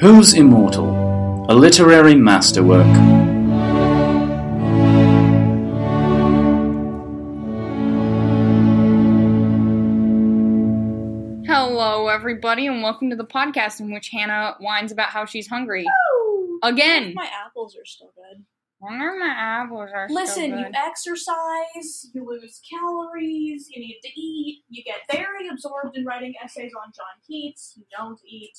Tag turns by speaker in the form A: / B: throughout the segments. A: Who's Immortal? A literary masterwork.
B: Hello, everybody, and welcome to the podcast in which Hannah whines about how she's hungry. Again.
C: My apples are still good.
B: Wonder my apples are so
C: Listen, you
B: good.
C: exercise, you lose calories, you need to eat, you get very absorbed in writing essays on John Keats, you don't eat.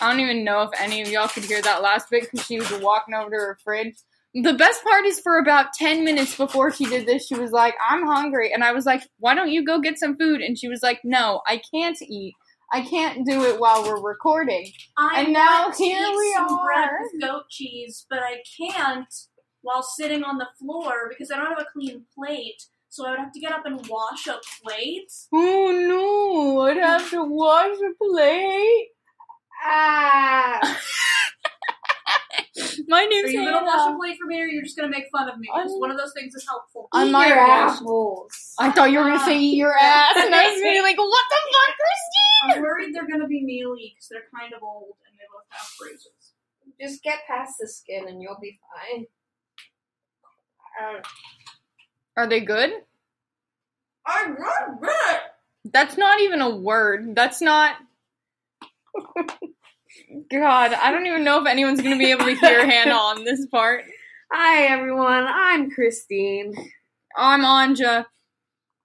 B: I don't even know if any of y'all could hear that last bit because she was walking over to her fridge. The best part is for about 10 minutes before she did this, she was like, I'm hungry. And I was like, Why don't you go get some food? And she was like, No, I can't eat. I can't do it while we're recording.
C: I
B: And now
C: want to
B: here
C: eat
B: we
C: some bread
B: are.
C: with goat cheese, but I can't while sitting on the floor because I don't have a clean plate, so I would have to get up and wash a plate.
B: Oh no, I'd have to wash the plate. Ah. My
C: Are
B: name's
C: you gonna wash a
B: Hannah.
C: plate for me, or you're just gonna make fun of me? Because
B: I'm-
C: one of those things is helpful.
B: I'm
C: Eat
B: my
C: your
B: ass.
D: apples.
B: I thought you were gonna say eat your ass, and I was gonna be like, what the fuck, Christine?
C: I'm worried they're gonna be mealy because they're kind of old and they both have bruises.
D: Just get past the skin and you'll be fine.
B: Are they good?
C: I love it.
B: That's not even a word. That's not. God, I don't even know if anyone's gonna be able to hear Hannah on this part.
D: Hi everyone, I'm Christine.
B: I'm Anja,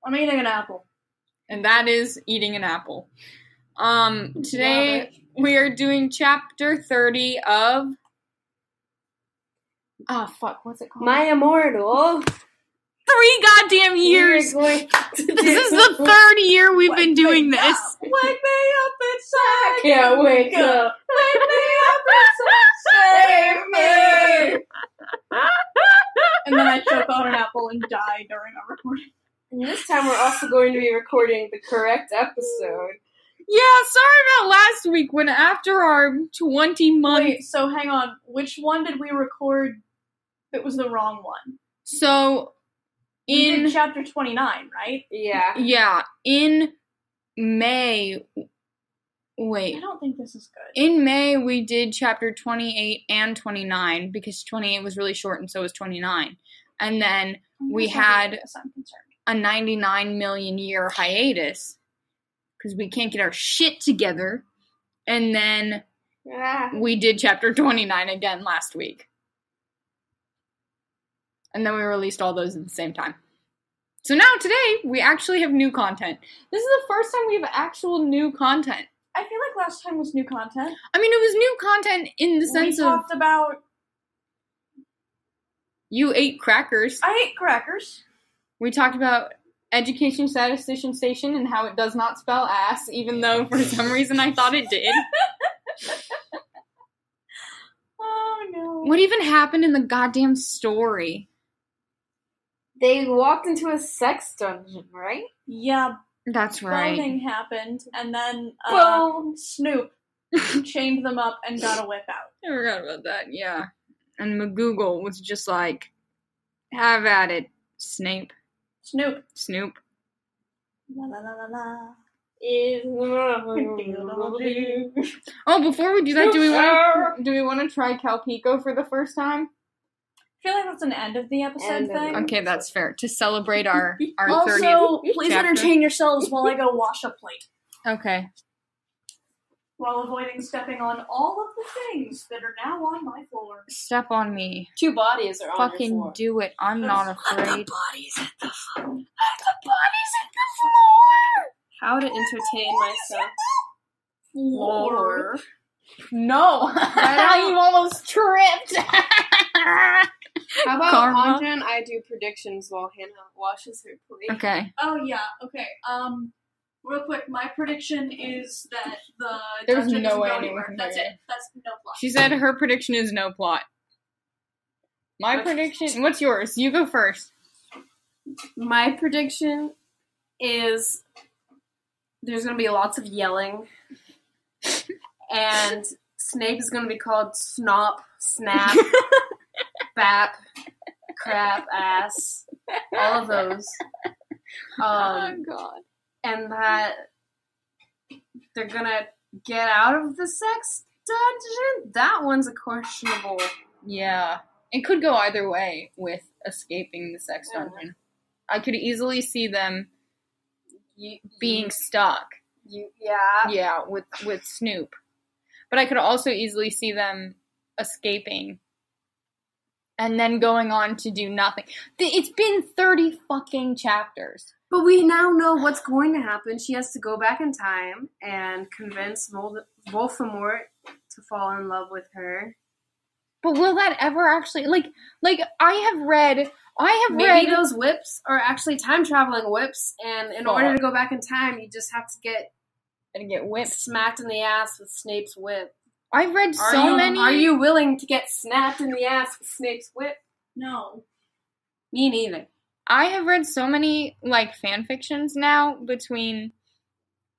C: I'm eating an apple.
B: and that is eating an apple. Um, today we are doing chapter 30 of ah fuck what's it called
D: My immortal.
B: three goddamn years
D: We're going to do-
B: this is the third year we've been
C: Wake
B: doing
C: me
B: this
C: Wake me up inside.
D: Can't wake up.
C: Wake me up inside. Save me. And then I choke on an apple and die during a recording.
D: And this time we're also going to be recording the correct episode.
B: yeah sorry about last week when after our 20 month
C: Wait, so hang on. Which one did we record? It was the wrong one.
B: so
C: We did
B: in
C: chapter 29, right?
D: Yeah.
B: yeah in may
C: I
B: wait
C: don't think this is good.
B: in may we did chapter 28 and 29 because 28 was really short and so was 29 and then
C: I'm
B: We
C: concerned about
B: had-
C: this, I'm concerned.
B: a 99 million year hiatus because we can't get our shit together. And then
D: Ah.
B: we did chapter 29 again last week. And then we released all those at the same time. So now today we actually have new content. This is the first time we have actual new content.
C: I feel like last time was new content.
B: I mean, it was new content in the
C: we
B: sense of
C: talked about
B: you ate crackers.
C: I hate crackers.
B: We talked about education statistician station and how it does not spell ass, even though for some reason I thought it did.
C: Oh no.
B: What even happened in the goddamn story?
D: They walked into a sex dungeon, right?
C: Yeah,
B: That's
C: clothing happened, and then uh,
D: Boom.
C: Snoop chained them up and got a whip out.
B: I forgot about that, yeah. And McGoogle was just like, have at it, Snape.
C: Snoop.
B: Snoop.
C: La la la la la.
D: Is
B: Oh, before we do that, do we
D: Snoop,
B: want to do we want to try Calpico for the first time?
C: I feel like that's an end of the episode
D: End of
C: thing.
D: it.
B: Okay, that's fair. To celebrate our our
C: Also,
B: 30th
C: please
B: chapter.
C: entertain yourselves while I go wash a plate,
B: Okay.
C: while avoiding stepping on all of the things that are now on my floor.
B: Step on me.
D: Two bodies are on your
B: Fucking
D: floor.
B: do it. I'm not afraid.
D: bodies at the floor. The bodies at the floor. How to entertain myself.
C: Floor.
B: No.
D: I
B: almost tripped.
D: How about
B: Karma.
D: Anja and I do predictions while Hannah washes her plate?
B: okay.
C: Oh yeah. Okay. Um. Real quick, my prediction is that the
B: There's
C: dungeon
B: no
C: doesn't
B: way
C: go
B: anyone
C: anywhere.
B: can
C: That's
B: hear
C: it.
B: you.
C: That's no plot.
B: She said her prediction is no plot. My
D: Okay.
B: prediction. What's yours? You go first.
D: My prediction is there's going to be lots of yelling, and Snape is going to be called Snop, Snap, Bap, Crap, Ass, all of those. Um,
B: God.
D: and that they're gonna get out of the sex dungeon? That one's a questionable.
B: Yeah. It could go either way with escaping the sex
D: Yeah.
B: dungeon. I could easily see them
D: You,
B: being stuck.
D: you, yeah.
B: Yeah, with with Snoop. But I could also easily see them escaping and then going on to do nothing. Th- It's been 30 fucking chapters.
D: But we now know what's going to happen. She has to go back in time and convince Vold- Voldemort to fall in love with her.
B: But will that ever actually like like I have read I have
D: Maybe
B: read
D: those whips are actually time traveling whips, and in
B: Fuck.
D: order to go back in time, you just have to get
B: and get whipped.
D: smacked in the ass with Snape's whip.
B: I've read
D: Are
B: so
D: you,
B: many
D: Are you willing to get snapped in the ass with Snape's whip?
C: No.
D: Me neither.
B: I have read so many like fan fictions now between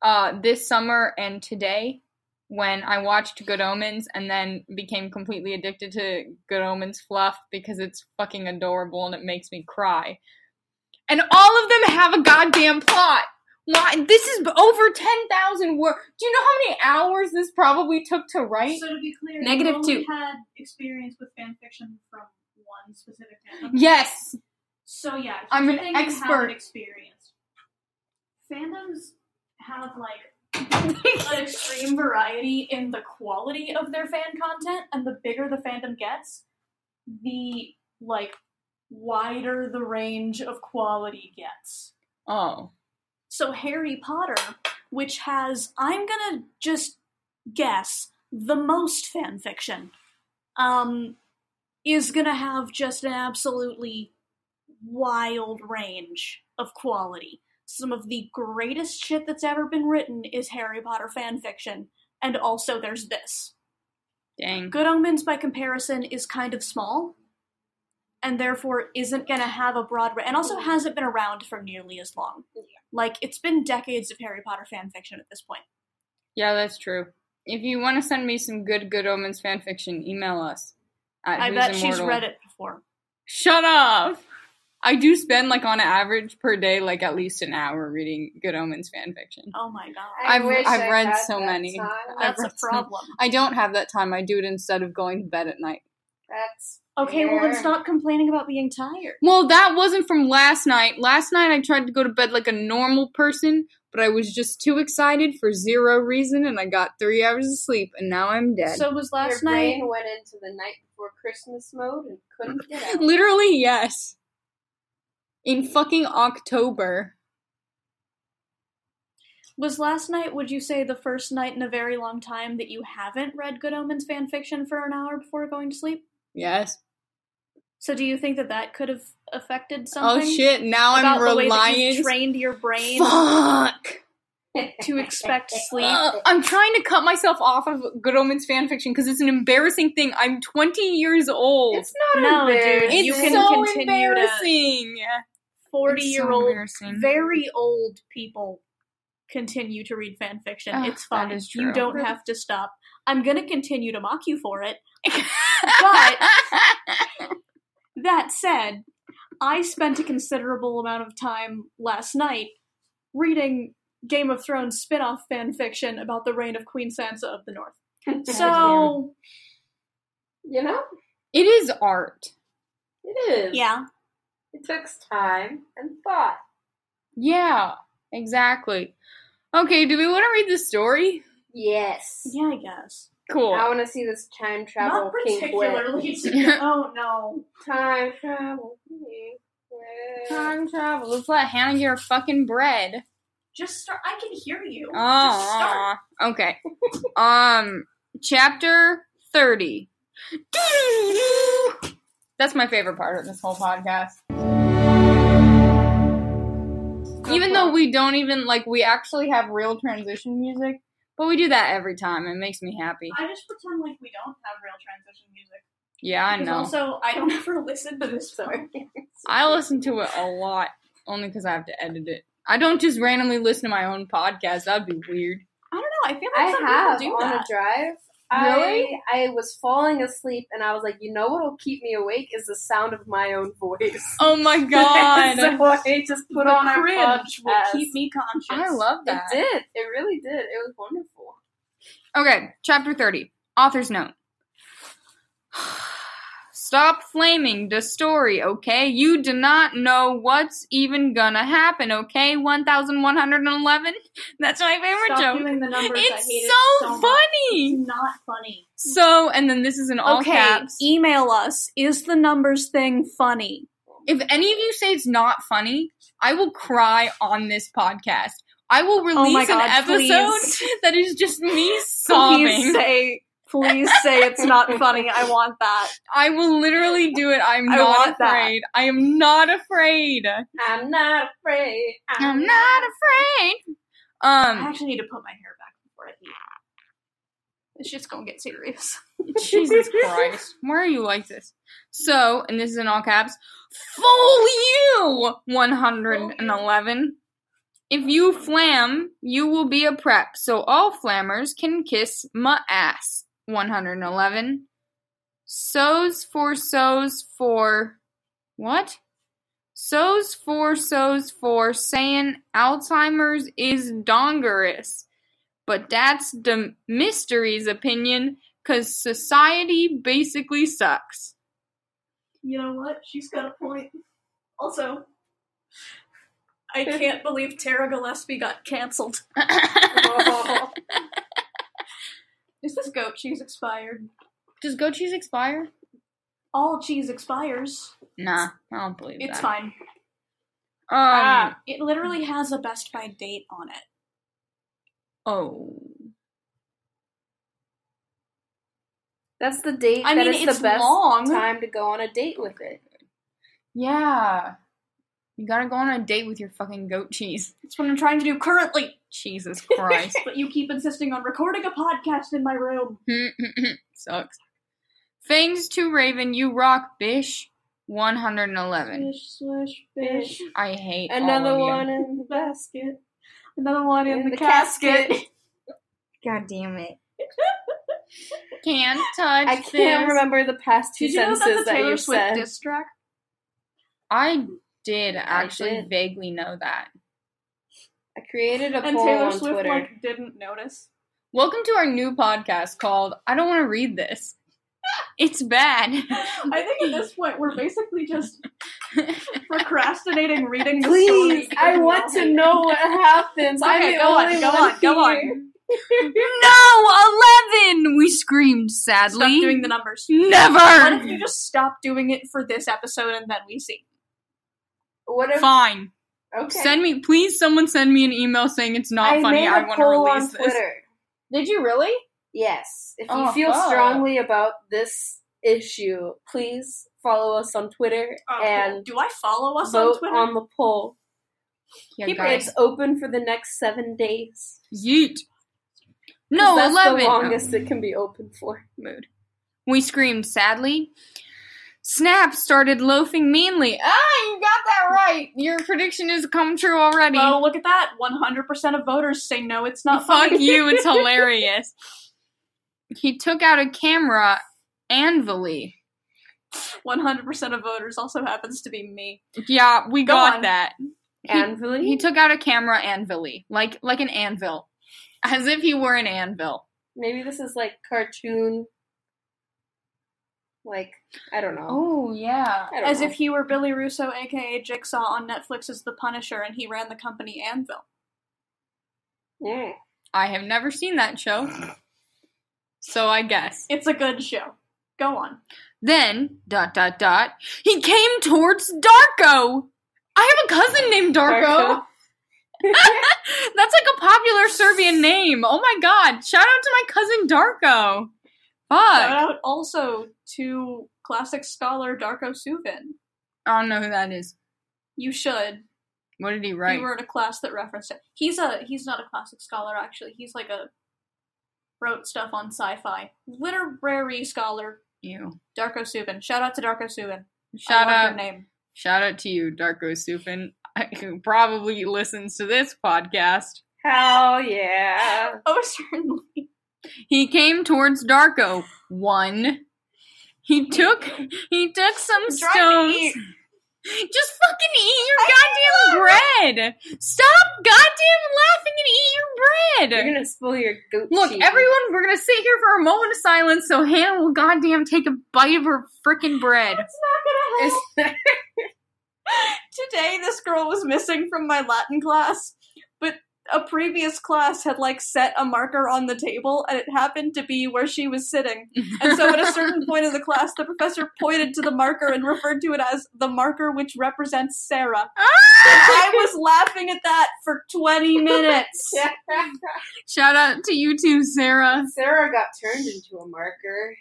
B: uh this summer and today when I watched Good Omens and then became completely addicted to Good Omens fluff because it's fucking adorable and it makes me cry. And all of them have a goddamn plot. Why this is over 10,000 words. Do you know how many hours this probably took to write?
C: So to be clear,
D: Negative
C: you only
D: two.
C: had experience with fan fiction from one specific fandom.
B: Yes.
C: So yeah,
B: I'm
C: here's
B: an
C: the thing you haven't
B: expert.
C: experienced. Fandoms have like an extreme variety in the quality of their fan content, and the bigger the fandom gets, the like wider the range of quality gets.
B: Oh.
C: So Harry Potter, which has I'm gonna just guess the most fan fiction, um, is gonna have just an absolutely wild range of quality. Some of the greatest shit that's ever been written is Harry Potter fan fiction, and also there's this.
B: Dang.
C: Good Omens, by comparison, is kind of small, and therefore isn't going to have a broad ra- and also hasn't been around for nearly as long. Like it's been decades of Harry Potter fan fiction at this point.
B: Yeah, that's true. If you want to send me some good Good Omens fanfiction, email us. At
C: I
B: Who's
C: bet she's
B: Immortal.
C: read it before.
B: Shut up! I do spend, like, on average per day, like, at least an hour reading Good Omens fanfiction.
C: Oh my god,
B: I've- I've read so many. I-
C: that's a
B: read some-
C: problem.
B: I don't have that time. I do it instead of going to bed at night.
D: That's
C: Okay, well then
D: fair.
C: stop complaining about being tired.
B: Well, that wasn't from last night. Last night I tried to go to bed like a normal person, but I was just too excited for zero reason and I got three hours of sleep and now I'm dead.
C: So was last
D: Your
C: night.
D: brain went into the night before Christmas mode and couldn't get out.
B: Literally, yes. In fucking October.
C: Was last night? Would you say the first night in a very long time that you haven't read Good Omens fan fiction for an hour before going to sleep?
B: Yes.
C: So do you think that that could have affected something?
B: oh shit, now
C: about
B: I'm
C: the way that you
B: reliant.
C: trained your brain
B: Fuck!
C: to expect sleep.
B: Uh, I'm trying to cut myself off of Good Omens fanfiction because it's an embarrassing thing. I'm 20 years old.
D: It's not
C: No,
D: embarrassing.
C: dude,
B: It's
C: you can
B: so
C: continue to-
B: embarrassing.
C: Forty
B: It's so
C: year old,
B: embarrassing.
C: very old people continue to read fan fiction.
B: Ugh,
C: it's
B: that
C: fine.
B: is true.
C: You don't have to stop. I'm gonna continue to mock you for it. But that said, I spent a considerable amount of time last night reading Game of Thrones spin-off fan fiction about the reign of Queen Sansa of the North. So
D: you know,
B: it is art.
D: it is.
C: yeah.
D: It takes time and thought.
B: Yeah, exactly. Okay, do we want to read the story?
D: Yes.
C: Yeah, I guess.
B: Cool.
D: I want to see this time travel
C: Not
D: pink whip.
C: particularly. oh no.
D: Time travel pink whip.
B: Time travel. Let's let Hannah get her fucking bread.
C: Just start. I can hear you. Just start.
B: Oh, okay. um, chapter 30. That's my favorite part of this whole podcast. Even though we don't even, like, we actually have real transition music, but we do that every time. It makes me happy.
C: I just pretend like we don't have real transition music.
B: Yeah, I
C: Because
B: know.
C: Also, I don't ever listen to this song.
B: I listen to it a lot, only because I have to edit it. I don't just randomly listen to my own podcast. That'd be weird.
C: I don't know. I feel
D: I
C: like some
D: have
C: people do
D: on
C: that.
D: a drive.
B: Really?
D: I, I was falling asleep and I was like, you know what'll keep me awake is the sound of my own voice.
B: Oh my god.
D: so I just put on our
C: cringe will
D: podcast.
C: keep me conscious.
B: I love
D: It
B: that.
D: did. It really did. It was wonderful.
B: Okay, chapter 30. Author's note. Stop flaming the story, okay? You do not know what's even gonna happen, okay? 1111? That's my favorite
C: Stop
B: joke.
C: doing the numbers. I hate
B: It's
C: it
B: so,
C: so much.
B: funny!
C: Not funny.
B: So, and then this is in all
C: okay, e-
B: caps.
C: email us. Is the numbers thing funny?
B: If any of you say it's not funny, I will cry on this podcast. I will release
C: oh my god!
B: an episode
C: please,
B: that is just me
C: please
B: sobbing.
C: say, please say it's not funny. I want that.
B: I will literally do it. I'm
C: I
B: not
C: want that.
B: afraid. I am not afraid.
D: I'm not afraid.
B: I'm not afraid.
C: I
B: Um,
C: actually need to put my hair back before I leave. It's just gonna get serious.
B: Jesus Christ, why are you like this? So, and this is in all caps. Fool you, one hundred and eleven. If you flam, you will be a prep. So all flammers can kiss my ass. One hundred and eleven. Sows for sows for what? Sows for sows for saying Alzheimer's is dongerous. But that's the mystery's opinion, cause society basically sucks.
C: You know what? She's got a point. Also, I can't believe Tara Gillespie got canceled. Is this goat cheese expired?
B: Does goat cheese expire?
C: All cheese expires.
B: Nah, I don't believe
C: It's
B: that.
C: fine.
B: Um,
C: It literally has a best by date on it.
B: Oh.
D: That's the date.
C: I
D: that
C: mean,
D: is
C: it's
D: the best
C: long.
D: time to go on a date with it.
B: Yeah. You gotta go on a date with your fucking goat cheese.
C: That's what I'm trying to do currently.
B: Jesus Christ.
C: But you keep insisting on recording a podcast in my room.
B: Sucks. Thanks to Raven, you rock, bish. 111.
C: Fish, swish, fish.
B: I hate
D: Another
B: all of
D: one in the basket.
C: Another one in,
D: In
C: the,
D: the
C: casket.
B: You. God damn it. Can't touch
D: I can't
B: this.
D: remember the past two
C: Did you know
D: sentences
C: that's a
D: that
C: Taylor
D: you
C: Swift
D: said.
C: diss track?
B: I did actually
D: did.
B: vaguely know that.
D: I created a
C: And
D: poll
C: Taylor
D: on
C: Swift
D: Twitter.
C: like didn't notice.
B: Welcome to our new podcast called I Don't Want to Read This. It's bad.
C: I think at this point we're basically just procrastinating reading the story.
D: Please,
C: because
D: I
C: we
D: want
C: all hate
D: to
C: it.
D: know what happens. I'm
C: Okay,
D: the
C: go on,
D: only
C: go
D: one
C: on, go on.
D: here.
B: no, 11! We screamed sadly.
C: Stop doing the numbers. Why don't
B: Never!
C: you just stop doing it for this episode and then we see?
D: What if?
B: Fine.
D: Okay.
B: Send me, please, someone send me an email saying it's not
D: I
B: funny.
D: made
B: I
D: a
B: want to
D: poll
B: release
D: on
B: this.
D: Twitter.
B: Did you really?
D: Yes. If you
B: Oh,
D: feel
B: fuck.
D: strongly about this issue, please follow us on Twitter
C: Oh,
D: and
C: do I follow us on
D: vote
C: Twitter?
D: on the poll.
B: Yeah,
C: Keep
B: guys.
D: It's open for the next seven days.
B: Yeet. No,
D: 'Cause that's
B: 11.
D: the longest it can be open for.
B: mood. We screamed sadly. Snap started loafing meanly. Ah, you got that right. Your prediction has come true already.
C: Oh, look at that. 100% of voters say no, it's not
B: Fuck
C: funny.
B: you, it's hilarious. He took out a camera anvilly.
C: 100% of voters also happens to be me.
B: Yeah, we
C: Go
B: got
C: on.
B: that.
D: Anvil.
B: He took out a camera anvilly, like like an anvil, as if he were an anvil.
D: Maybe this is like cartoon. Like I don't know.
B: Oh yeah.
D: I don't
C: As
D: know.
C: if he were Billy Russo, aka Jigsaw, on Netflix's The Punisher, and he ran the company Anvil.
D: Yeah.
B: I have never seen that show, so I guess.
C: It's a good show. Go on.
B: Then, dot dot dot, he came towards Darko. I have a cousin named Darko.
D: Darko.
B: That's like a popular Serbian name. Oh my god. Shout out to my cousin Darko.
C: Shout
B: Fuck.
C: out also to classic scholar Darko Suvin.
B: I don't know who that is.
C: You should.
B: What did he write?
C: You were in a class that referenced it. He's a he's not a classic scholar actually. He's like a wrote stuff on sci-fi. Literary scholar
B: Ew.
C: Darko Suvin. Shout out to Darko Suvin.
B: Shout
C: I love
B: out
C: your name.
B: shout out to you, Darko Sufin. Who probably listens to this podcast.
D: Hell yeah.
C: Oh certainly.
B: He came towards Darko. One. He took he took some
C: I'm trying to
B: stones.
C: eat.
B: Just fucking eat your goddamn bread. Stop goddamn laughing and eat your bread.
D: You're gonna spill your goat
B: Look,
D: cheese.
B: everyone, we're gonna sit here for a moment of silence so Hannah will goddamn take a bite of her freaking bread.
D: It's-
C: Today, this girl was missing from my Latin class, but a previous class had like set a marker on the table, and it happened to be where she was sitting. And so, at a certain point in the class, the professor pointed to the marker and referred to it as the marker which represents Sarah. I was laughing at that for 20 minutes.
B: Shout out to you too, Sarah.
D: Sarah got turned into a marker.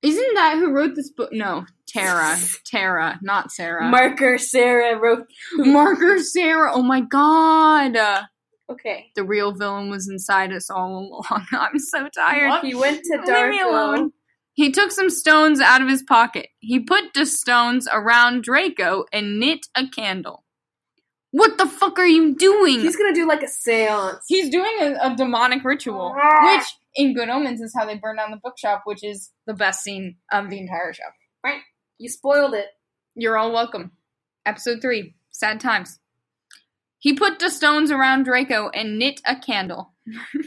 B: Isn't that who wrote this book? No, Tara. Tara, not Sarah.
D: Marker Sarah wrote.
B: Marker Sarah. Oh my god. Uh,
D: Okay.
B: The real villain was inside us all along. I'm so tired.
D: He went to
B: Leave me
D: Darko.
B: alone. He took some stones out of his pocket. He put the stones around Draco and knit a candle. What the fuck are you doing?
D: He's gonna do like a seance.
B: He's doing a, a demonic ritual, which in Good Omens is how they burn down the bookshop, which is the best scene of the entire show.
D: You spoiled it.
B: You're all welcome. Episode 3 Sad Times. He put the stones around Draco and knit a candle.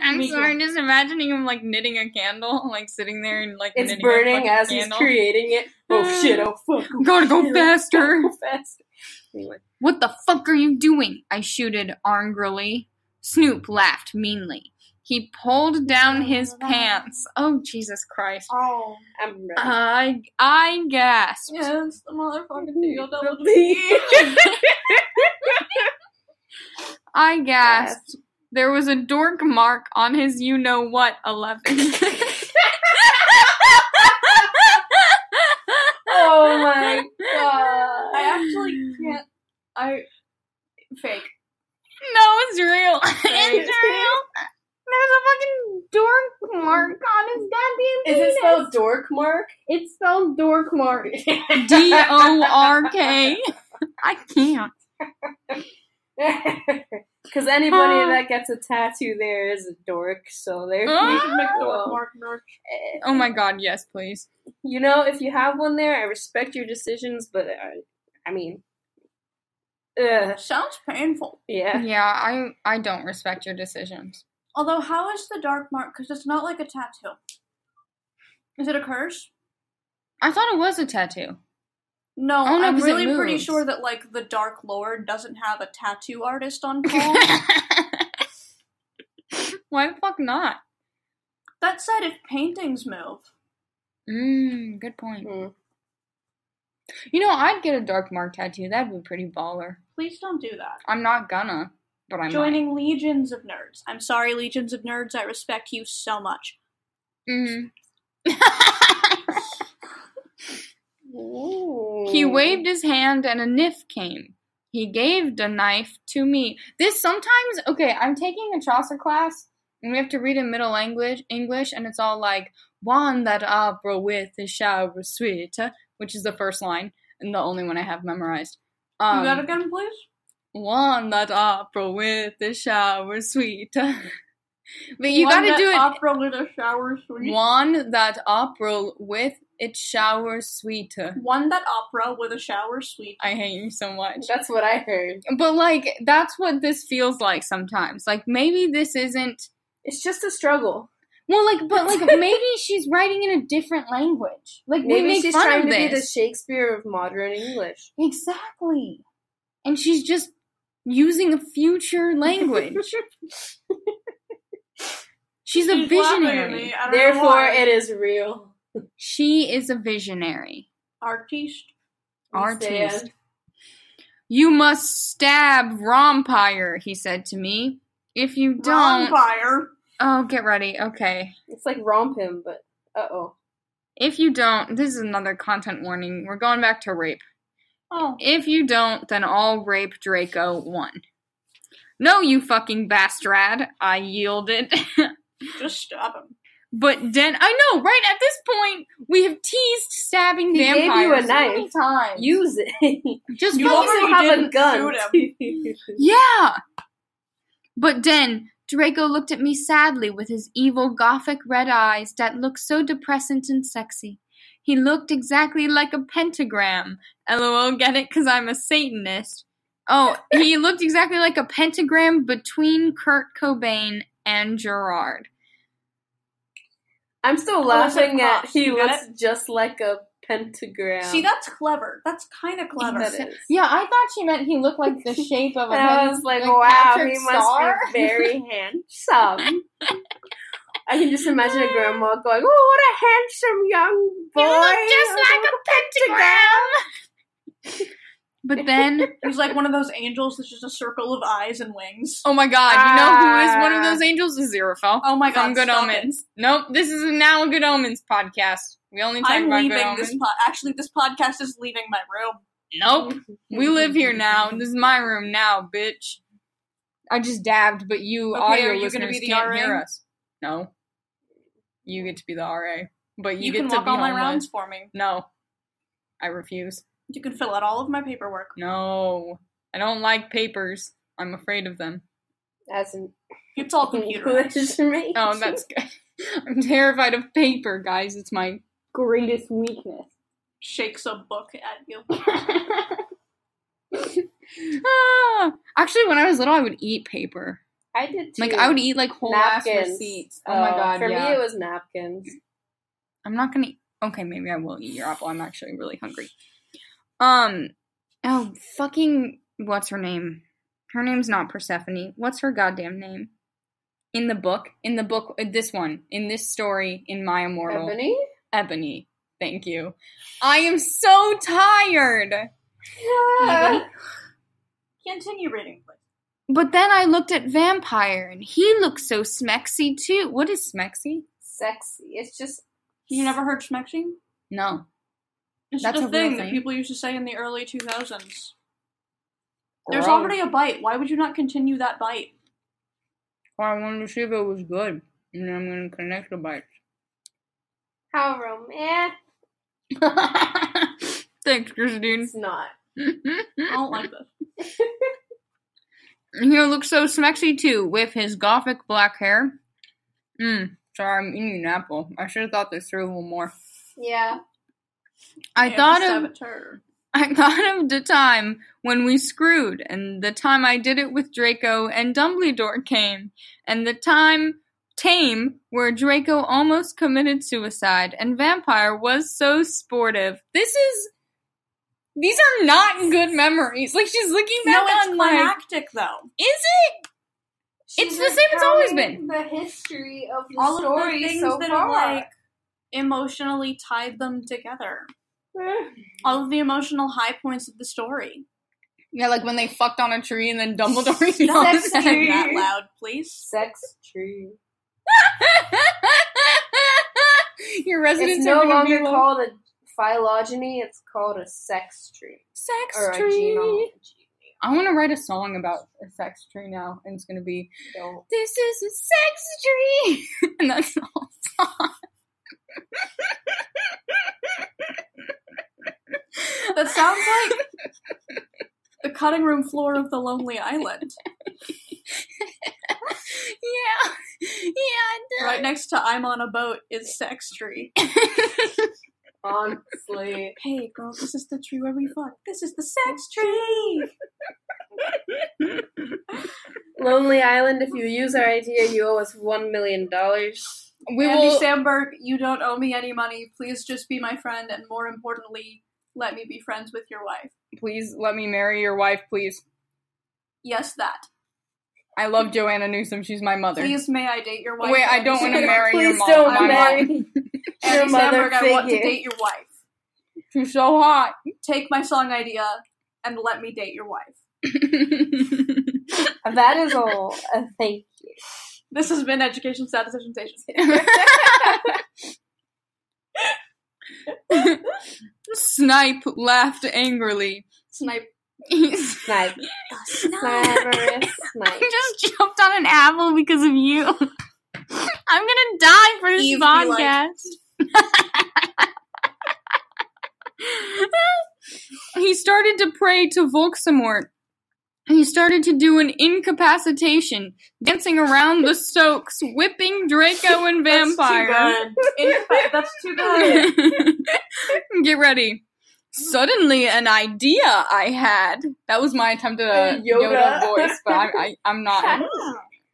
B: I'm
D: Me too.
B: sorry, just imagining him like knitting a candle, like sitting there and like
D: It's
B: knitting a
D: burning
B: fucking
D: as
B: candle.
D: he's creating it. Oh shit! Oh fuck! oh,
B: Gotta go
D: shit,
B: faster.
D: oh, fast. Anyway,
B: What the fuck are you doing? I shouted angrily. Snoop laughed meanly. He pulled down his pants. Oh, Jesus Christ.
C: Oh,
D: I'm ready.
B: I, I gasped.
C: yes, the motherfucking deal double
B: I gasped. There was a dork mark on his you know what 11.
D: oh my god!
C: I actually can't. I. Fake.
B: No, it's real. It's real. There's a fucking dork mark on his goddamn
D: Is it
B: penis.
D: spelled dork mark?
B: It's spelled dork mark. D O R K. I can't.
D: Because anybody that gets a tattoo there is a dork, so there
B: Oh.
D: you can make
C: Dork
D: a dork mark.
C: mark nerd.
D: Eh,
B: Oh my god, yes, please.
D: You know, if you have one there, I respect your decisions, but I, I mean, ugh,
C: Sounds painful.
D: yeah.
B: Yeah, I I don't respect your decisions.
C: Although, how is the dark mark? Because it's not like a tattoo. Is it a curse?
B: I thought it was a tattoo.
C: No,
B: Oh, no,
C: I'm
B: 'cause it
C: really pretty
B: moves.
C: sure that like the Dark Lord doesn't have a tattoo artist on call.
B: Why the fuck not?
C: that said, if paintings move,
B: Mmm, good point.
D: Mm.
B: You know, I'd get a dark mark tattoo. That'd be pretty baller.
C: please don't do that.
B: I'm not gonna, but I'm
C: Joining legions of nerds. I'm sorry, legions of nerds. I respect you so much.
B: Mm. Mm-hmm.
D: Ooh.
B: he
C: Hmm.
B: waved his hand, and a knife came. He gave the knife to me. This sometimes okay. I'm taking a Chaucer class, and we have to read in Middle English. English, and it's all like "one that opera with a shower sweet," which is the first line and the only one I have memorized. Um,
C: you got it again, please.
B: One that opera with the shower sweet. but you
C: One
B: gotta
C: that
B: do it.
C: Opera with a shower sweet. One,
B: one that opera with its shower sweet.
C: that opera with a shower sweet.
B: I hate you so much.
D: That's what I heard.
B: But like, that's what this feels like sometimes. Like, maybe this isn't.
D: It's just a struggle.
B: Well, like, but like, maybe she's writing in a different language. Like, we
D: Maybe
B: make
D: she's
B: fun
D: trying
B: of
D: to be the
B: this.
D: Shakespeare of modern English.
B: exactly. And she's just using a future language. she's a
C: She's laughing at
B: visionary.
C: me, I don't know
D: Therefore,
C: why.
D: it is real.
B: She is a visionary.
C: artiste.
B: Artist.
D: Sad.
B: You must stab Rompire, he said to me. If you don't.
C: Vampire.
B: Oh, get ready. Okay.
D: It's like romp him, but uh oh.
B: If you don't, this is another content warning. We're going back to rape.
C: Oh,
B: If you don't, then I'll rape Draco one. No, you fucking bastard. I yielded.
C: just stab him.
B: but then I know, right at this point, we have teased stabbing
D: He gave you
B: vampires
D: a
B: so many
D: knife.
B: times.
D: Use it.
B: just
C: You
D: you
B: fucking-
D: also
C: already
D: have a
C: didn't
D: gun.
B: Yeah. But then Draco looked at me sadly with his evil gothic red eyes that looked so depressant and sexy. He looked exactly like a pentagram, LOL, get it? Because I'm a Satanist. Oh, he looked exactly like a pentagram between Kurt Cobain and Gerard.
D: I'm still
C: Oh, that's
D: laughing
C: like
D: at
C: props.
D: he
C: You got
D: looks just like a pentagram.
C: See, that's clever. That's kind of clever.
D: That is.
B: Yeah, I thought she meant he looked like the shape of a.
D: And I was like, wow, he must be very handsome. I can just imagine a grandma going, oh, what a handsome young boy.
B: You look just like a pentagram. but then,
C: He's like one of those angels that's just a circle of eyes and wings.
B: oh my god, you know who is one of
D: Ah.
B: those angels? Is Zerophil.
C: Oh my god,
B: From Good
C: stop
B: Omens. Nope, this is a now a Good Omens podcast. We only
C: it.
B: talk
C: I'm
B: about Good
C: leaving
B: Omens.
C: this pod. Actually, this podcast is leaving my room.
B: nope, we
C: Mm-hmm.
B: live here now. This is my room now, bitch. I just dabbed, but you
C: Okay,
B: audio
C: are you gonna
B: listeners
C: be the
B: can't
C: RA?
B: hear us. No, you get to be the RA, but you,
C: You,
B: get
C: can
B: to
C: walk
B: be
C: all my
B: homeless.
C: rounds for me.
B: No, I refuse.
C: You can fill out all of my paperwork.
B: No, I don't like papers. I'm afraid of them.
D: As in
C: It's all computerized.
D: English major.
B: Oh, that's good. I'm terrified of paper, guys. It's my greatest weakness.
C: Shakes a book at you.
B: Ah. Actually, when I was little, I would eat paper.
D: I did too.
B: Like I would eat like whole ass
D: napkins.
B: receipts. Oh, my god,
D: For
B: yeah.
D: me, it was napkins.
B: I'm not gonna. Okay, maybe I will eat your apple. I'm actually really hungry. Um, oh fucking, what's her name? Her name's not Persephone. What's her goddamn name? In the book, in the book, uh, this one, in this story, in My Immortal, Ebony.
D: Ebony?
B: Thank you. I am so tired. Ah.
D: Yeah.
C: Continue reading, please.
B: But then I looked at Vampire, and he looks so smexy too. What is smexy?
D: Sexy. It's just.
C: You never heard schmexing?
B: No.
C: It's
B: That's
C: just
B: a
C: a
B: real
C: thing that
B: thing.
C: people used to say in the early 2000s.
B: Gross.
C: There's already a bite. Why would you not continue that bite?
B: Well, I wanted to see if it was good, and then I'm gonna connect the bites.
D: How romantic.
B: Thanks, Christine.
D: It's not.
C: I don't like this.
B: He looks so smexy too, with his gothic black hair. Mmm. Sorry, I'm eating an apple. I should have thought this through a little more.
D: Yeah.
B: I
C: Damn,
B: thought of
C: saboteur.
B: I thought of the time when we screwed, and the time I did it with Draco and Dumbledore came, and the time tame where Draco almost committed suicide, and Vampire was so sportive. This is. These are not good memories. Like she's looking back
C: No, it's
B: on like,
C: climactic though.
B: is it? It's the same it's always
D: recounting The history of the
C: All of the
D: story
C: things
D: so
C: that
D: far.
C: like emotionally tied them together. All of the emotional high points of the story.
B: Yeah, like when they fucked on a tree and then Dumbledore
C: Don't
B: yelled
D: Sex
B: at
C: say
B: them.
D: tree.
C: that loud, please.
D: Sex tree.
B: Your residents are
D: It's no
B: gonna
D: longer
B: be like,
D: called a phylogeny, it's called a sex tree.
B: sex
D: Or a
B: tree.
D: genome.
B: I want to write a song about a sex tree now, and it's gonna be
D: Don't.
B: "This is a sex tree," and that's the whole song.
C: That sounds like the cutting room floor of the Lonely Island,
B: Yeah, yeah.
C: right next to "I'm on a boat" is Sex Tree.
D: Honestly.
C: Hey, girls, this is the tree where we fuck. This is the sex tree.
D: Lonely Island, if you use our idea, you owe us $1 million. dollars.
B: We
C: Andy
B: will.
C: Samberg, you don't owe me any money. Please just be my friend, and more importantly, let me be friends with your wife.
B: please let me marry your wife, please.
C: Yes, that.
B: I love Joanna Newsom. She's my mother.
C: Please, may I date your wife?
B: Wait, I don't want to
C: Andy
B: marry your
D: Please
B: mom.
D: don't
B: my
D: marry
B: mom.
C: Samberg,
D: your
C: Andy
D: mother
C: Samberg, I want to
D: figure.
C: date your wife.
B: She's so hot.
C: Take my song idea and let me date your wife.
D: That is all. Uh, thank you.
C: This has been Education Statistician Station.
B: Snipe laughed angrily.
C: Snipe.
B: He's-
D: Snipe. Sniper. Snipe.
B: I just jumped on an apple because of you. I'm gonna die for this
C: Eve, be like-
B: podcast. he started to pray to Volksamort. He started to do an incapacitation, dancing around the Stokes, whipping Draco and Vampire.
C: That's too good. In fact, that's too good.
B: Get ready. suddenly an idea I had. That was my attempt at a Yoda,
C: Uh, Yoda.
B: voice, but I, I, I'm not.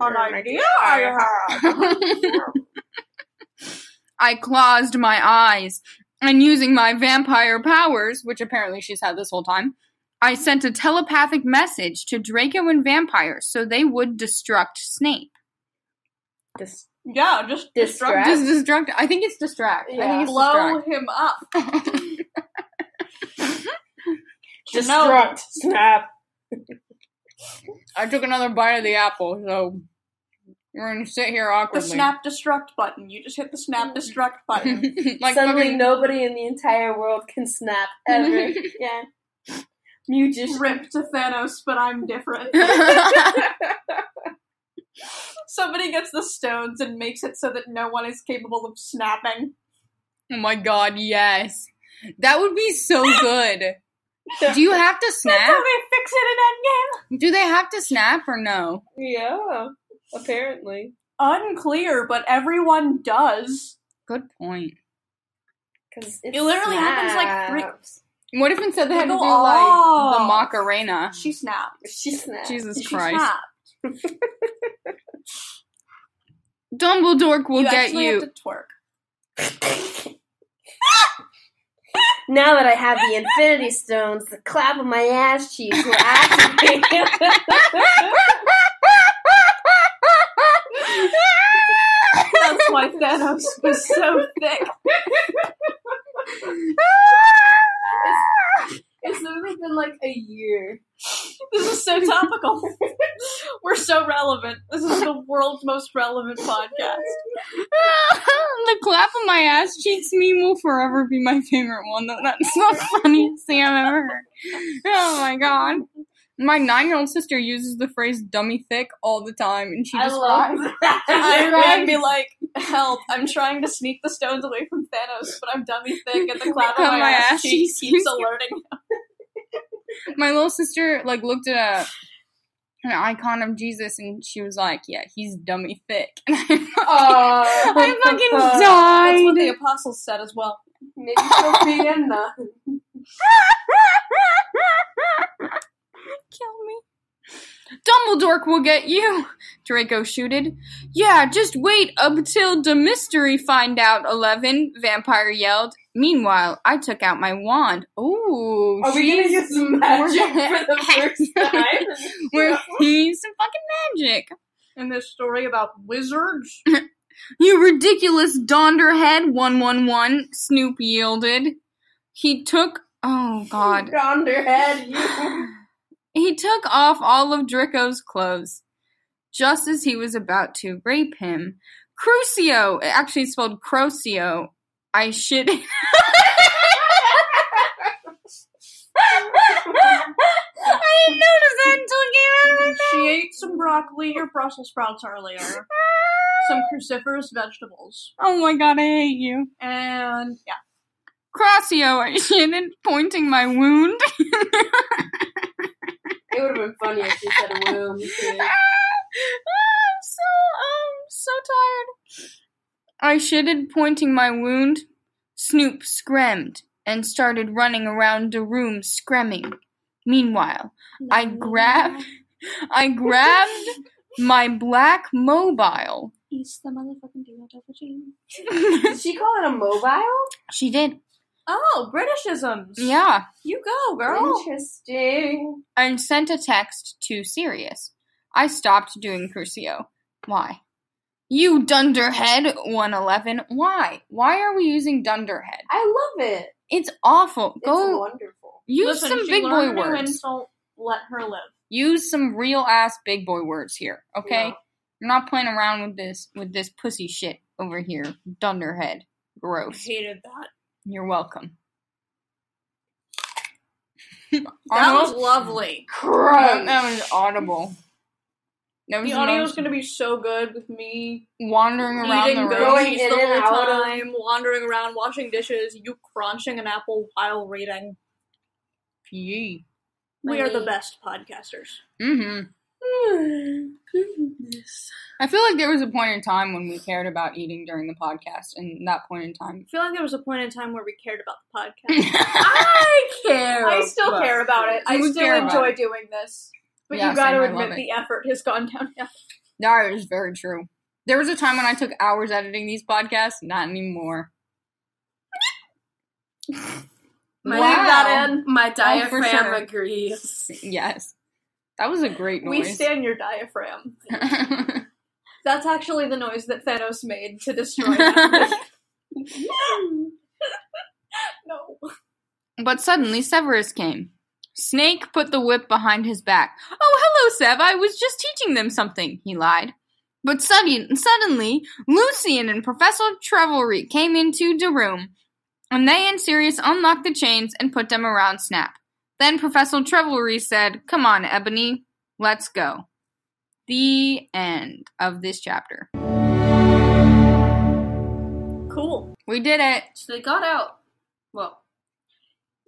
C: An idea I have.
B: I closed my eyes, and using my vampire powers, which apparently she's had this whole time, I sent a telepathic message to Draco and vampires so they would destruct Snape.
D: This
C: Yeah, just
D: Distract.
B: Dis- destruct. I think it's distract. I think
D: Yeah.
B: it's
C: blow
B: distract.
C: him up.
D: destruct snap.
B: I took another bite of the apple, so we're gonna sit here
C: The
B: awkwardly.
C: snap destruct button. You just hit the snap destruct button.
B: like
D: Suddenly,
B: fucking-
D: nobody in the entire world can snap ever. yeah, you just
C: Rip to Thanos, but I'm different. Somebody gets the stones and makes it so that no one is capable of snapping.
B: Oh my god, yes. That would be so good. Do you have to
C: That's how
B: snap?
C: they fix it
B: Do they have to snap or no?
D: yeah. Apparently,
C: in Endgame. Unclear, but everyone does.
B: Good point.
D: because
C: It literally happens, like, three-
B: What if instead they had to do
C: Go
B: like the
C: off.
B: Macarena?
C: She snapped.
D: She snaps.
B: Jesus
C: She
B: Christ.
C: snapped.
B: Dumbledore will get
C: actually
B: you.
C: Have to twerk.
D: Now that I have the Infinity Stones, the clap of my ass cheeks will activate.
C: That's why Thanos was so thick.
D: it's literally been like a year.
C: This is so topical. We're so relevant. This is the world's most relevant podcast.
B: the clap of my ass cheeks meme will forever be my favorite one. Though that's the funniest thing I've ever heard. Oh my god. My nine-year-old sister uses the phrase "dummy thick" all the time, and she
D: I
B: just
D: love
C: Iron
D: that.
C: Man be like, "Help! I'm trying to sneak the stones away from Thanos, but I'm dummy thick, and the clap of
B: Cut
C: my,
B: my
C: ass,
B: ass
C: cheek
B: cheeks.
C: keeps alerting." him."
B: my little sister like looked at a an icon of Jesus and she was like, "Yeah, he's dummy thick." And I,
D: Oh,
B: I fucking
C: That's what the
B: died.
C: apostles said as well.
D: Nick
C: Oh,
D: Sofiana.
B: Kill me. Dumbledore will get you. Draco shooted. Yeah, just wait until the mystery find out. Eleven vampire yelled. Meanwhile, I took out my wand. Ooh,
D: Are we gonna
B: she's-
D: use magic for the first time?
B: We're he's some fucking magic.
C: In this story about wizards,
B: You ridiculous donderhead 111, Snoop yielded. He took. Oh, God.
D: Donderhead, you.
B: He took off all of Draco's clothes just as he was about to rape him. Crucio, it actually it's spelled Crocio. I shit. I didn't notice that until it came out of my
C: she ate some broccoli or Brussels sprouts earlier, some cruciferous vegetables,
B: Oh my god, I hate you.
C: and yeah.
B: Crocio, I shitted, pointing my wound.
D: It would have been funny if she said a womb. too.
B: Ah, I'm so um so tired. I shitted, pointing my wound. Snoop screamed and started running around the room screaming. Meanwhile, I grabbed I grabbed my black mobile.
E: He's the motherfucking deodorant.
D: Did she call it a mobile?
B: she did.
C: Oh, Britishisms.
B: Yeah.
C: You go, girl.
D: Interesting.
B: And sent a text to Sirius. I stopped doing Crucio. Why? You Dunderhead 111. Why? Why are we using Dunderhead?
D: I love it.
B: It's awful. Go
D: It's wonderful.
B: Use
C: Listen,
B: some
C: she
B: big boy
C: learned a new
B: words.
C: Insult, let her live.
B: Use some real ass big boy words here, okay?
D: Yeah.
B: You're not playing around with this with this pussy shit over here, dunderhead.
C: I
B: Gross.
C: hated that.
B: You're welcome.
C: That was
B: Audible?
C: lovely.
B: That,
D: Gross.
B: that was audible. That was
C: The
B: the
C: audio is
B: most
C: going to be so good with me
B: wandering around
C: eating
B: the room.
D: goat.
C: goatees
D: Going in
C: the
D: and
C: whole
D: out of-
C: time, wandering around, washing dishes, you crunching an apple while reading.
B: Yee.
C: We are the
D: Money.
C: best podcasters.
B: Mm-hmm.
D: goodness.
B: I feel like there was a point in time when we cared about eating during the podcast, and that point in time.
C: I feel like there was a point in time where we cared about the podcast.
D: I care.
C: I still
D: about
C: care about it. I
B: We
C: still
B: Oh, care about
C: enjoy
B: it.
C: doing this. But
B: Yeah,
C: you gotta
B: same, I
C: admit
B: love it.
C: the effort has gone downhill.
B: that is very true. There was a time when I took hours editing these podcasts. Not anymore.
D: My,
C: Leave that in. Oh,
D: My diaphragm
B: sure.
D: agrees.
B: Yes, that was a great
C: We
B: noise.
C: stand your diaphragm. That's actually the noise that Thanos made to destroy Atlas. no.
B: But suddenly Severus came. Snake put the whip behind his back. Oh, hello, Sev. I was just teaching them something, he lied. But sudden, suddenly, Lucian and Professor Trevelry came into the room, and they and Sirius unlocked the chains and put them around Snap. Then Professor Trevelry said, Come on, Ebony, let's go. The end of this chapter.
C: Cool.
B: We did it.
D: So they got out. Well,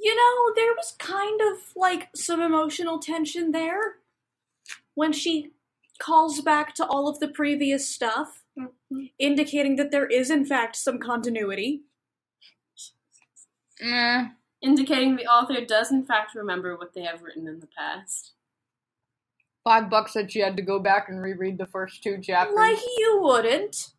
C: You know, there was kind of like some emotional tension there when she calls back to all of the previous stuff,
B: Mm-hmm.
C: indicating that there is, in fact, some continuity.
B: Eh.
D: indicating the author does in fact remember what they have written in the past.
B: Five bucks that she had to go back and reread the first two chapters.
C: Like you wouldn't.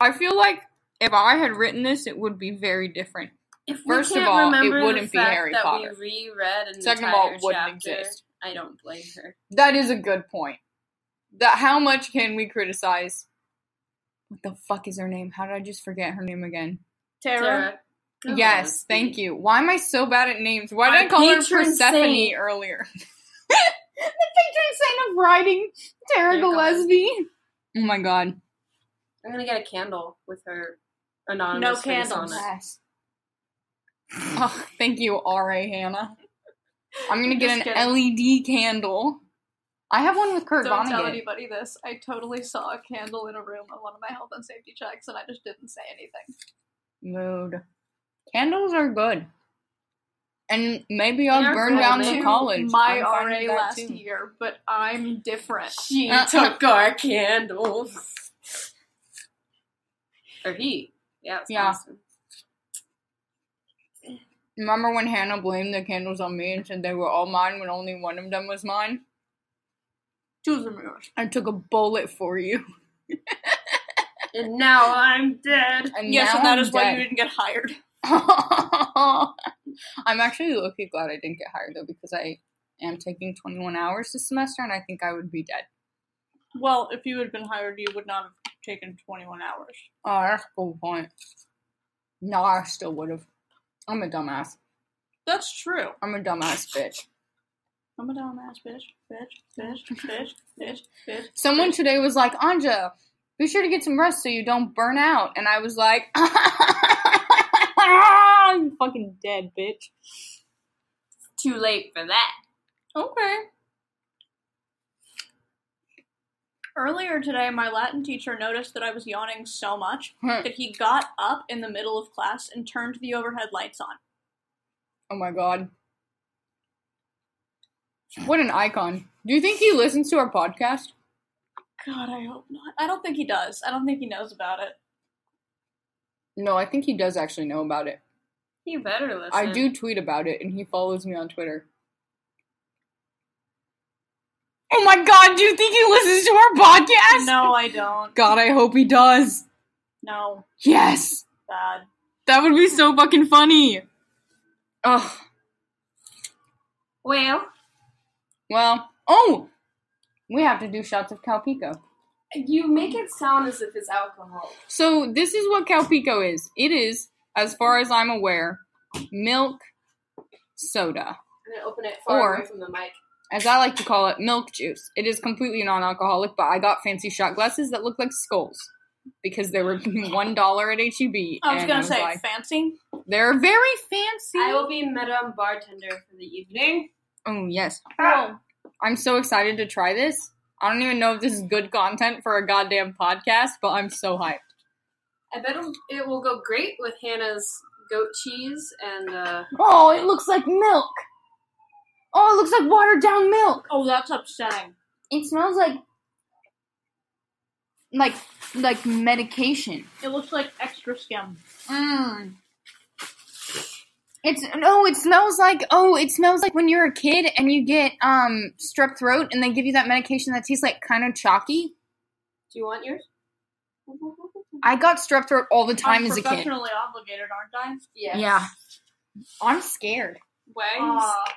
B: I feel like if I had written this, it would be very different.
D: If
B: First of
D: we can't
B: all, it
D: remember the
B: wouldn't be
D: fact
B: Harry
D: that
B: Potter.
D: We reread an
B: Second of all,
D: entire
B: it wouldn't
D: chapter,
B: exist.
D: I don't blame her.
B: That is a good point. That how much can we criticize? What the fuck is her name? How did I just forget her name again?
C: Tara.
D: Tara. Oh, Go
B: yes,
D: on,
B: thank
D: Steve.
B: you. Why am I so bad at names? Why did
D: Our
B: Oh, I call her
D: patron
B: Persephone
D: saint.
B: earlier? the patron saint of writing, Tara
D: Dear God.
B: Gillespie. Oh my god.
D: I'm gonna get a candle with her anonymous
C: No
D: face
C: candles.
D: on it.
B: Yes. Oh, thank you, R.A. Hannah. I'm gonna get an
C: Just
B: LED candle. I have one with Kurt
C: Don't tell
B: Vonnegut.
C: anybody this. I totally saw a candle in a room on one of my health and safety checks, and I just didn't say anything.
B: Mood. Candles are good. And maybe
D: They
B: I'll
D: are
B: burn
D: good.
B: down
D: They
B: the
D: are
B: college.
C: My
B: I'm finding
C: RA
B: that
C: last
B: too.
C: year, but I'm different.
D: She
B: Uh,
D: took our candles. Or he. Yeah. It's
B: Yeah.
D: Austin.
B: Remember when Hannah blamed the candles on me and said they were all mine when only one of them was mine?
C: Two of them are yours.
B: I took a bullet for you.
D: And now I'm dead.
B: And
C: Yes,
B: now
C: and that
B: I'm
C: is why you
B: dead.
C: didn't get hired.
B: I'm actually lucky glad I didn't get hired though because I am taking 21 hours this semester and I think I would be dead.
C: Well, if you had been hired, you would not have taken 21 hours.
B: Oh, that's a good point. No, I still would have. I'm a dumbass.
C: That's true.
B: I'm a dumbass bitch.
C: I'm a dumbass bitch, bitch, bitch, bitch, bitch, bitch.
B: Someone today was like, Anja, be sure to get some rest so you don't burn out. And I was like, I'm fucking dead, bitch.
D: Too late for that.
B: Okay.
C: Earlier today, my Latin teacher noticed that I was yawning so much
B: Hmm.
C: that he got up in the middle of class and turned the overhead lights on.
B: Oh my god. What an icon. Do you think he listens to our podcast?
C: God, I hope not. I don't think he does. I don't think he knows about it.
B: No, I think he does actually know about it.
D: You better listen.
B: I do tweet about it, and he follows me on Twitter. Oh my god, do you think he listens to our podcast?
C: No, I don't.
B: God, I hope he does.
C: No,
B: Yes!
C: bad.
B: That would be so fucking funny. Ugh.
D: Well,
B: Well, oh! We have to do shots of Calpico.
D: you make it sound as if it's alcohol.
B: So, this is what Calpico is it is, as far as I'm aware, milk soda.
D: I'm gonna open it far
B: Or-
D: away from the mic.
B: as I like to call it, milk juice. It is completely non-alcoholic, but I got fancy shot glasses that look like skulls because they were one dollar at HEB.
C: I was
B: and
C: gonna say
B: like,
C: fancy.
B: they're very fancy.
D: I will be madam bartender for the evening.
B: oh yes,
C: Well,
B: I'm so excited to try this. I don't even know if this is good content for a goddamn podcast, but I'm so hyped.
D: I bet it'll- it will go great with Hannah's goat cheese and uh,
B: Oh, it looks like milk. Oh, it looks like watered down milk.
C: oh, that's upsetting.
B: It smells like like like medication.
C: It looks like extra skim.
B: Mm. It's no, it smells like oh, it smells like when you're a kid and you get um strep throat and they give you that medication that tastes like kind of chalky.
D: Do you want yours?
B: I got strep throat all the time
C: I'm
B: as a kid.
C: professionally obligated, aren't
D: Yes.
B: Yeah. I'm scared.
C: I?
D: Wags.
C: Uh,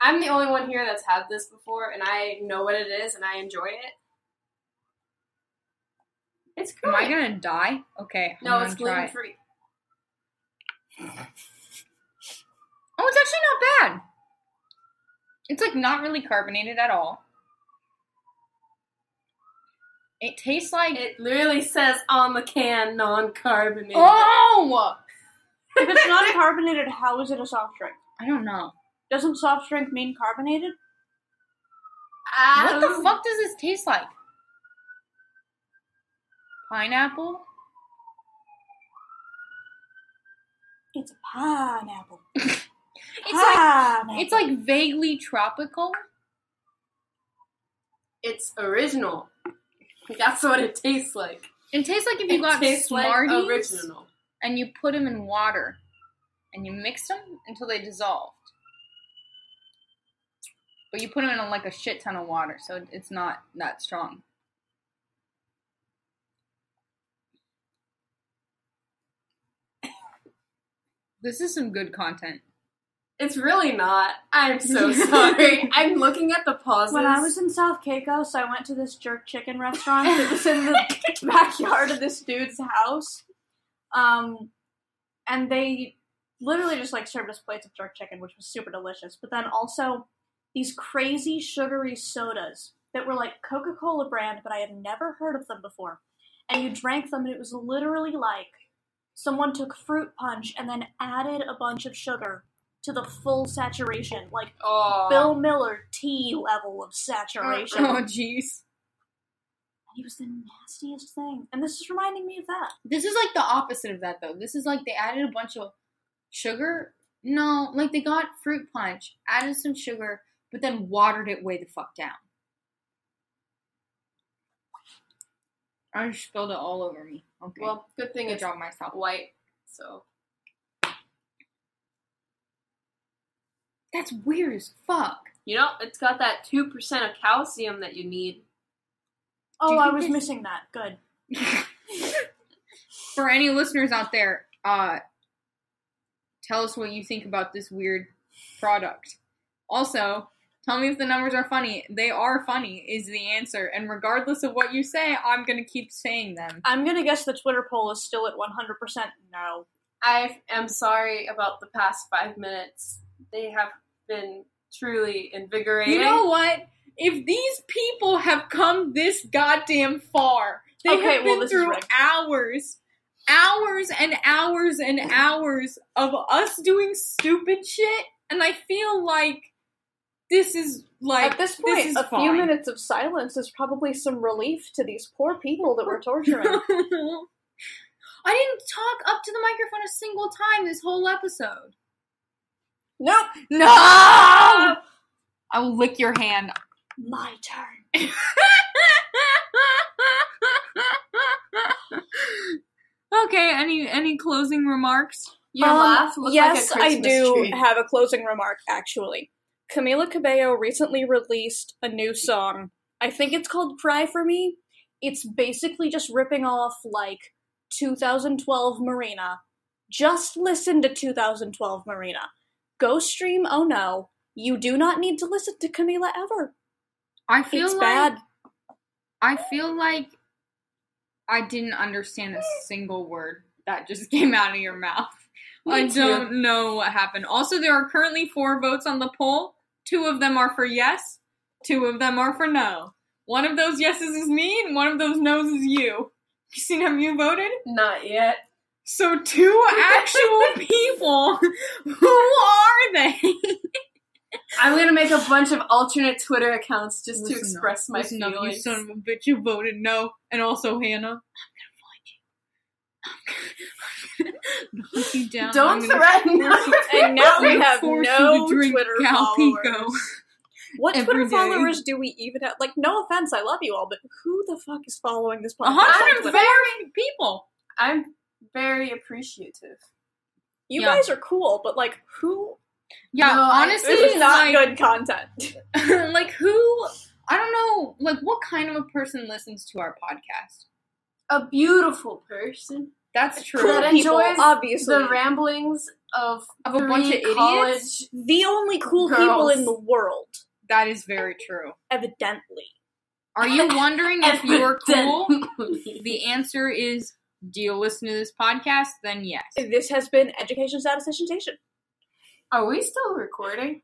D: I'm the only one here that's had this before, and I know what it is, and I enjoy it. It's good.
B: Am I gonna die? Okay. I'm
D: no, it's
B: gonna try
D: gluten
B: it.
D: free.
B: Oh, it's actually not bad. It's like not really carbonated at all. It tastes like
D: It literally says on the can non-carbonated.
B: oh,
C: if it's not carbonated, how is it a soft drink?
B: I don't know.
C: Doesn't soft drink mean carbonated?
B: What the fuck does this taste like? Pineapple?
C: It's pineapple.
B: It's like
C: pineapple.
B: it's like vaguely tropical.
D: It's original. That's what it tastes like.
B: It tastes like if you
D: it
B: got
D: tastes
B: Smarties
D: like original.
B: and you put them in water and you mix them until they dissolved. But you put them in like a shit ton of water, so it's not that strong. This is some good content.
D: It's really not. I'm so sorry. I'm looking at the pauses.
C: When I was in South Caicos, I went to this jerk chicken restaurant that was in the backyard of this dude's house. Um, and they literally just like served us plates of jerk chicken, which was super delicious. But then also these crazy sugary sodas that were like Coca Cola brand, but I had never heard of them before. And you drank them, and it was literally like someone took fruit punch and then added a bunch of sugar to the full saturation. Like,
D: oh,
C: Bill Miller T level of saturation.
B: Oh
C: and
B: jeez.
C: he was the nastiest thing. And this is reminding me of that.
B: This is like the opposite of that though. This is like they added a bunch of sugar. No, like they got fruit punch, added some sugar, but then watered it way the fuck down. I just spilled it all over me. Okay. Well,
D: well, good
B: I
D: thing it's
B: dropped myself.
D: white. So
B: That's weird as fuck.
D: you know it's got that two percent of calcium that you need.
C: Oh,
B: you
C: I
B: think
C: was
B: this-
C: missing that. Good.
B: For any listeners out there, uh, tell us what you think about this weird product. Also, tell me if the numbers are funny. They are funny, is the answer. And regardless of what you say, I'm going to keep saying them.
C: I'm gonna guess the Twitter poll is still at 100% no.
D: I am sorry about the past five minutes. They have been truly invigorating.
B: You know what? If these people have come this goddamn far, they
C: Okay,
B: have
C: well,
B: been
C: this is
B: through
C: rigged.
B: hours, hours and hours and hours of us doing stupid shit, and I feel like this is like
C: at this point,
B: is
C: a few
B: fine.
C: minutes of silence is probably some relief to these poor people that we're torturing.
B: I didn't talk up to the microphone a single time this whole episode.
C: nope!
B: No! I will lick your hand.
C: My turn.
B: okay, any any closing remarks?
D: Your
C: Um,
D: laugh looks
C: yes,
D: like a
C: I
D: Christmas
C: do
D: tree.
C: have a closing remark, actually. Camila Cabello recently released a new song. I think it's called Cry For Me. It's basically just ripping off, like, 2012 Marina. Just listen to 2012 Marina. Go stream Oh No. You do not need to listen to Camila ever.
B: I feel
C: It's
B: like
C: bad.
B: I feel like I didn't understand a single word that just came out of your mouth. I
D: too.
B: don't know what happened. Also, there are currently four votes on the poll. Two of them are for yes, two of them are for no. One of those yeses is me, and one of those noes is you. You seen how you voted?
D: Not yet.
B: So two actual people. Who are they?
D: I'm gonna make a bunch of alternate Twitter accounts just
B: Listen
D: to
B: up.
D: express my
B: Listen up, you
D: feelings.
B: son of a bitch. You voted no, and also Hannah. I'm gonna find you. I'm gonna, knock you down.
D: Don't
B: I'm gonna
D: threaten.
B: force you-
C: And now
B: I'm
C: we
B: gonna
C: have
B: force
C: no
B: you to drink
C: Twitter
B: Cal
C: followers.
B: Pico.
C: What
B: Every
C: Twitter
B: day.
C: followers do we even have? Like, no offense, I love you all, but who the fuck is following this
B: Uh-huh.
C: podcast? on
B: 140
C: Twitter?
B: people.
D: I'm very appreciative.
C: You
B: Yeah.
C: guys are cool, but like, who?
B: Yeah,
D: No, I-
B: honestly,
C: This is not
B: like,
C: good content.
B: like who I don't know like what kind of a person listens to our podcast.
D: A beautiful person.
B: That's true.
C: Cool
D: That
C: people,
D: enjoys
C: obviously.
D: The ramblings of,
B: Of a
D: three
B: bunch of idiots?
D: college
C: the only cool people
D: Girls.
C: in the world,
B: that is very true.
C: evidently.
B: Are you wondering if you are cool? The answer is do you listen to this podcast? Then yes.
C: This has been Education Statistician Station.
D: Are we still recording?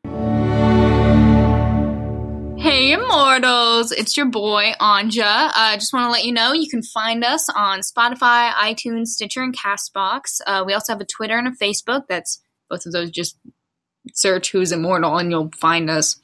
B: Hey, immortals! It's your boy, Anja. I uh, just want to let you know you can find us on Spotify, iTunes, Stitcher, and Castbox. Uh, we also have a Twitter and a Facebook. That's both of those just search who's immortal and you'll find us.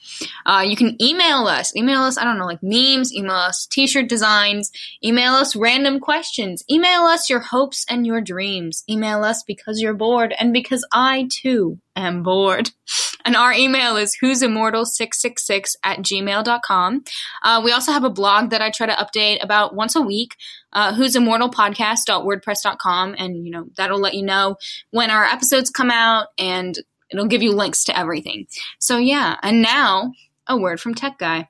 B: Uh, you can email us. Email us, I don't know, like memes, email us t shirt designs, email us random questions, email us your hopes and your dreams, email us because you're bored and because I too am bored. And our email is who's immortal666 at gmail.com. Uh, we also have a blog that I try to update about once a week, uh, who's immortalpodcast.wordpress.com. And, you know, that'll let you know when our episodes come out and it'll give you links to everything. So, yeah. And now, a word from Tech Guy.